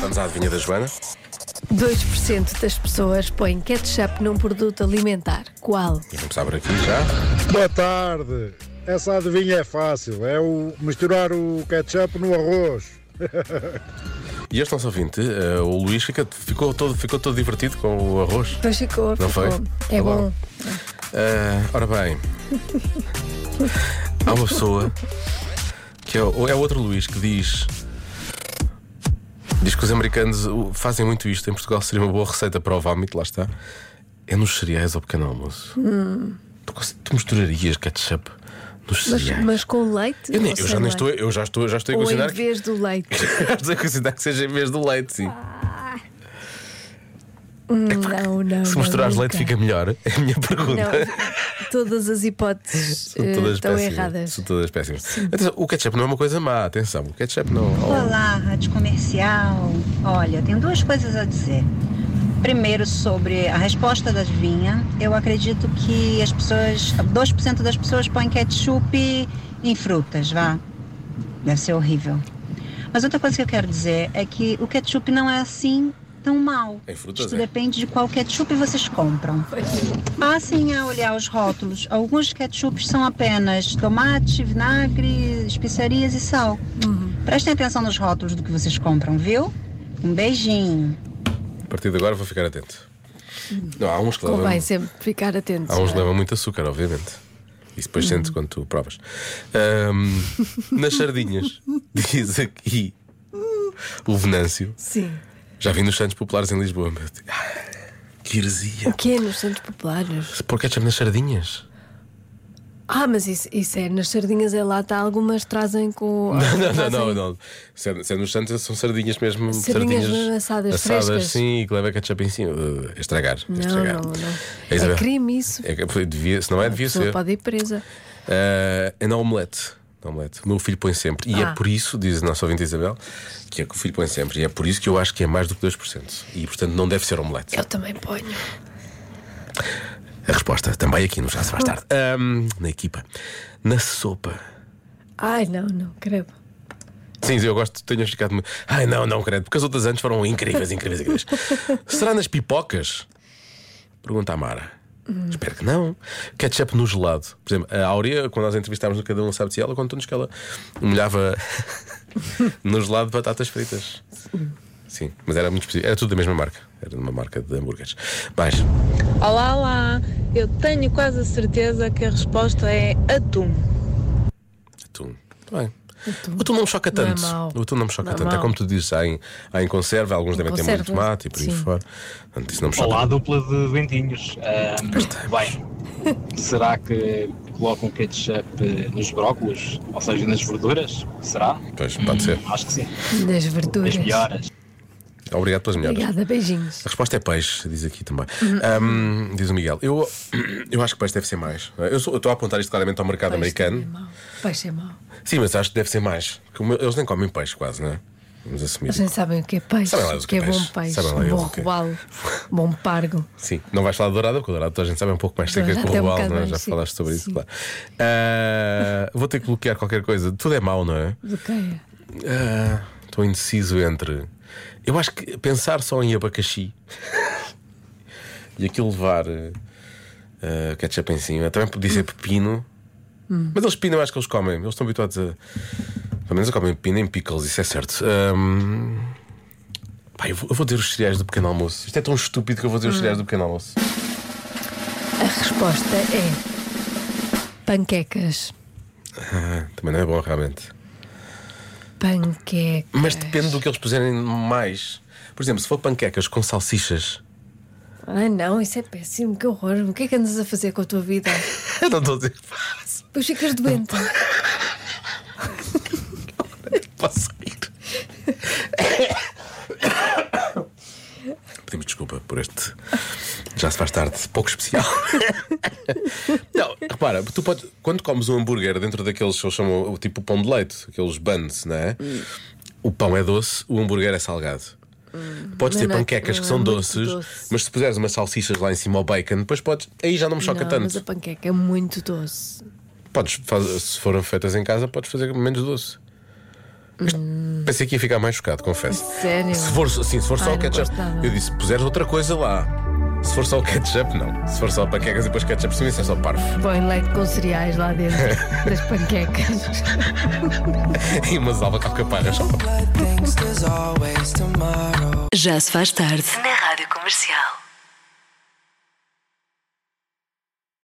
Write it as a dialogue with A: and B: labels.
A: Vamos à adivinha da Joana?
B: 2% das pessoas põem ketchup num produto alimentar. Qual?
A: E vamos abrir aqui já.
C: Boa tarde. Essa adivinha é fácil. É o misturar o ketchup no arroz.
A: E este nosso ouvinte, eh, o Luís, fica- ficou, todo, ficou todo divertido com o arroz.
B: Pois ficou,
A: Não
B: ficou.
A: foi? Tá
B: É
A: Olá.
B: bom.
A: Ah, ora bem, há uma pessoa que é, o- é outro Luís que diz. Diz que os americanos o- fazem muito isto. Em Portugal seria uma boa receita para o vómito, lá está. É nos cereais ao pequeno almoço. Tu, cons- tu misturarias ketchup nos
B: Mas,
A: cereais?
B: mas com leite?
A: eu, nem- eu
B: Ou sem
A: já nem
B: leite?
A: estou, eu já estou, já estou a
B: Ou em
A: considerar que,
B: vez do leite.
A: já estou a considerar que seja em vez do leite, sim.
B: Ah, Não, não.
A: Se
B: não,
A: misturares
B: nunca.
A: leite fica melhor, é a minha pergunta.
B: Não, todas as hipóteses
A: São
B: eh,
A: todas
B: estão
A: péssimas.
B: erradas.
A: São todas péssimas. Atenção, o ketchup não é uma coisa má, atenção. O ketchup não.
D: Olá, Rádio Comercial. Olha, eu tenho duas coisas a dizer. Primeiro, sobre a resposta da adivinha, eu acredito que as pessoas, 2% das pessoas põem ketchup em frutas, vá. Deve ser horrível. Mas outra coisa que eu quero dizer é que o ketchup não é assim tão mal.
A: Em frutas,
D: Isso
A: é.
D: depende de qual ketchup vocês compram. Passem a olhar os rótulos. Alguns ketchups são apenas tomate, vinagre, especiarias e sal. Prestem atenção nos rótulos do que vocês compram, viu? Um beijinho.
A: A partir de agora vou ficar atento. Não, há uns que levam.
B: Convém sempre ficar atentos.
A: Há uns
B: não
A: que
B: é?
A: levam muito açúcar, obviamente. Isso
B: Hum.
A: depois sente quando tu provas. Ahm, nas sardinhas, diz aqui o Venâncio.
B: Sim.
A: Já vi nos Santos Populares em Lisboa. Meu Deus. Ah, que heresia.
B: O que é nos Santos Populares?
A: Pôr ketchup nas sardinhas?
B: Ah, mas isso, isso é nas sardinhas é lata. Algumas trazem com.
A: Não, não,
B: trazem-
A: não, não. Se é- se é nos Santos são sardinhas mesmo.
B: Sardinhas assadas frescas.
A: sim, e que leva ketchup em cima. Uh, estragar.
B: Não,
A: estragar.
B: não, não.
A: A Isabel-
B: É crime isso.
A: É que foi- devia- se não é, devia
B: A pessoa
A: ser.
B: pode ir presa.
A: Ah, é na omelete. Na omelete. O meu filho põe sempre. E
B: Ah.
A: é por isso, diz a nossa ouvinte Isabel, que é que o filho põe sempre. E é por isso que eu acho que é mais do que 2%. E portanto não deve ser omelete.
B: Eu também ponho.
A: A resposta também aqui no Já Se Faz Tarde. Ahm, na equipa. Na sopa.
B: Ai, não, não, credo.
A: Sim, eu gosto, tenho ficado. muito- Ai, não, não, credo, porque as outras antes foram incríveis, incríveis, incríveis. Será nas pipocas? Pergunta a Mara.
B: Hum.
A: Espero que não. Ketchup no gelado. Por exemplo, a Áurea, quando nós a entrevistámos no Cada Um Sabe-se Ela, contou-nos que ela molhava no gelado de batatas fritas. Sim, mas era muito específico. Era tudo da mesma marca. Era de uma marca de hambúrgueres. Mais.
E: Olá, olá! Eu tenho quase a certeza que a resposta é atum.
A: Atum. Tá Bem. O atum não me choca
B: Não é
A: tanto.
B: mau.
A: o atum não me choca
B: Não é
A: tanto. É
B: mau.
A: como tu dizes, há em, há em conserva, alguns devem ter muito
B: conserva,
A: tomate e por aí
B: sim.
A: fora. Portanto, isso não me choca.
F: Olá, dupla de dentinhos. Ahm, bem, será que colocam ketchup nos brócolos? Ou seja, nas verduras? Será?
A: Pois, pode ser.
F: Acho que sim.
B: Das
F: As
B: verduras.
F: melhoras.
A: Obrigado pelas melhores.
B: Obrigada, Uhum. beijinhos.
A: A resposta é peixe, diz aqui também. Ahm, diz o Miguel. Eu, eu acho que peixe deve ser mais. é? Eu, sou- eu estou a apontar isto claramente ao mercado
B: Peixe
A: americano.
B: também é mau. Peixe é mau.
A: Sim, mas acho que deve ser mais. Porque o meu- eles nem comem peixe quase, não é? Vamos assumir.
B: Mas nem sabem o que é peixe.
A: Sabem lá eles
B: o que é bom peixe.
A: Sabem lá
B: Um
A: eles
B: bom
A: o que é.
B: robalo. um Bom pargo.
A: Sim, não vais falar de dourada, porque a dourada toda a gente sabe é um pouco mais seca que
B: Dourada
A: o
B: é um
A: robalo,
B: bocado
A: não é?
B: mais
A: Já
B: seca,
A: falaste sobre isso,
B: sim.
A: claro. Ah, vou ter que bloquear qualquer coisa. Tudo é mau, não é?
B: Do que é?
A: Ah, Estou indeciso entre. Eu acho que pensar só em abacaxi e aquilo levar eh, eh, ketchup em cima também podia ser pepino. Mas eles pepino eu acho que eles comem. Eles estão habituados a. Pelo menos a comem pepino em pickles, isso é certo. Ahm, pá, eu, vou, eu vou dizer os cereais do pequeno almoço. Isto é tão estúpido que eu vou dizer os cereais do pequeno almoço.
B: A resposta é. Panquecas.
A: Ah, também não é bom, realmente.
B: Panquecas.
A: Mas depende do que eles puserem mais. Por exemplo, se for panquecas com salsichas.
B: Ai não, isso é péssimo, que horror. O que é que andas a fazer com a tua vida?
A: Eu não estou a dizer.
B: Depois ficas doente.
A: Posso sair? Pedimos desculpa por este. Já se faz tarde, pouco especial. não, repara, tu podes, quando comes um hambúrguer dentro daqueles que eles chamam o tipo pão de leite, aqueles buns, não é?
B: Hum.
A: O pão é doce, o hambúrguer é salgado. Podes ter
B: Mas não é-
A: panquecas que
B: não é
A: são
B: muito
A: doces,
B: doce.
A: mas se puseres umas salsichas lá em cima ao bacon, depois podes. Aí já não me choca
B: não,
A: tanto.
B: Mas a panqueca é muito doce.
A: Podes fazer, se foram feitas em casa, podes fazer menos doce. Pensei que ia ficar mais chocado, confesso.
B: Sério?
A: Se for, sim, se for só
B: Ai,
A: o
B: não
A: ketchup,
B: gosto nada.
A: eu disse, puseres outra coisa lá. Se for só o ketchup, não. Se for só panquecas e depois ketchup, sim, isso é só parvo.
B: Põe leite com cereais lá dentro das panquecas.
A: e umas alvacalcaparras.
G: There's always tomorrow.
H: Já se faz tarde na Rádio Comercial.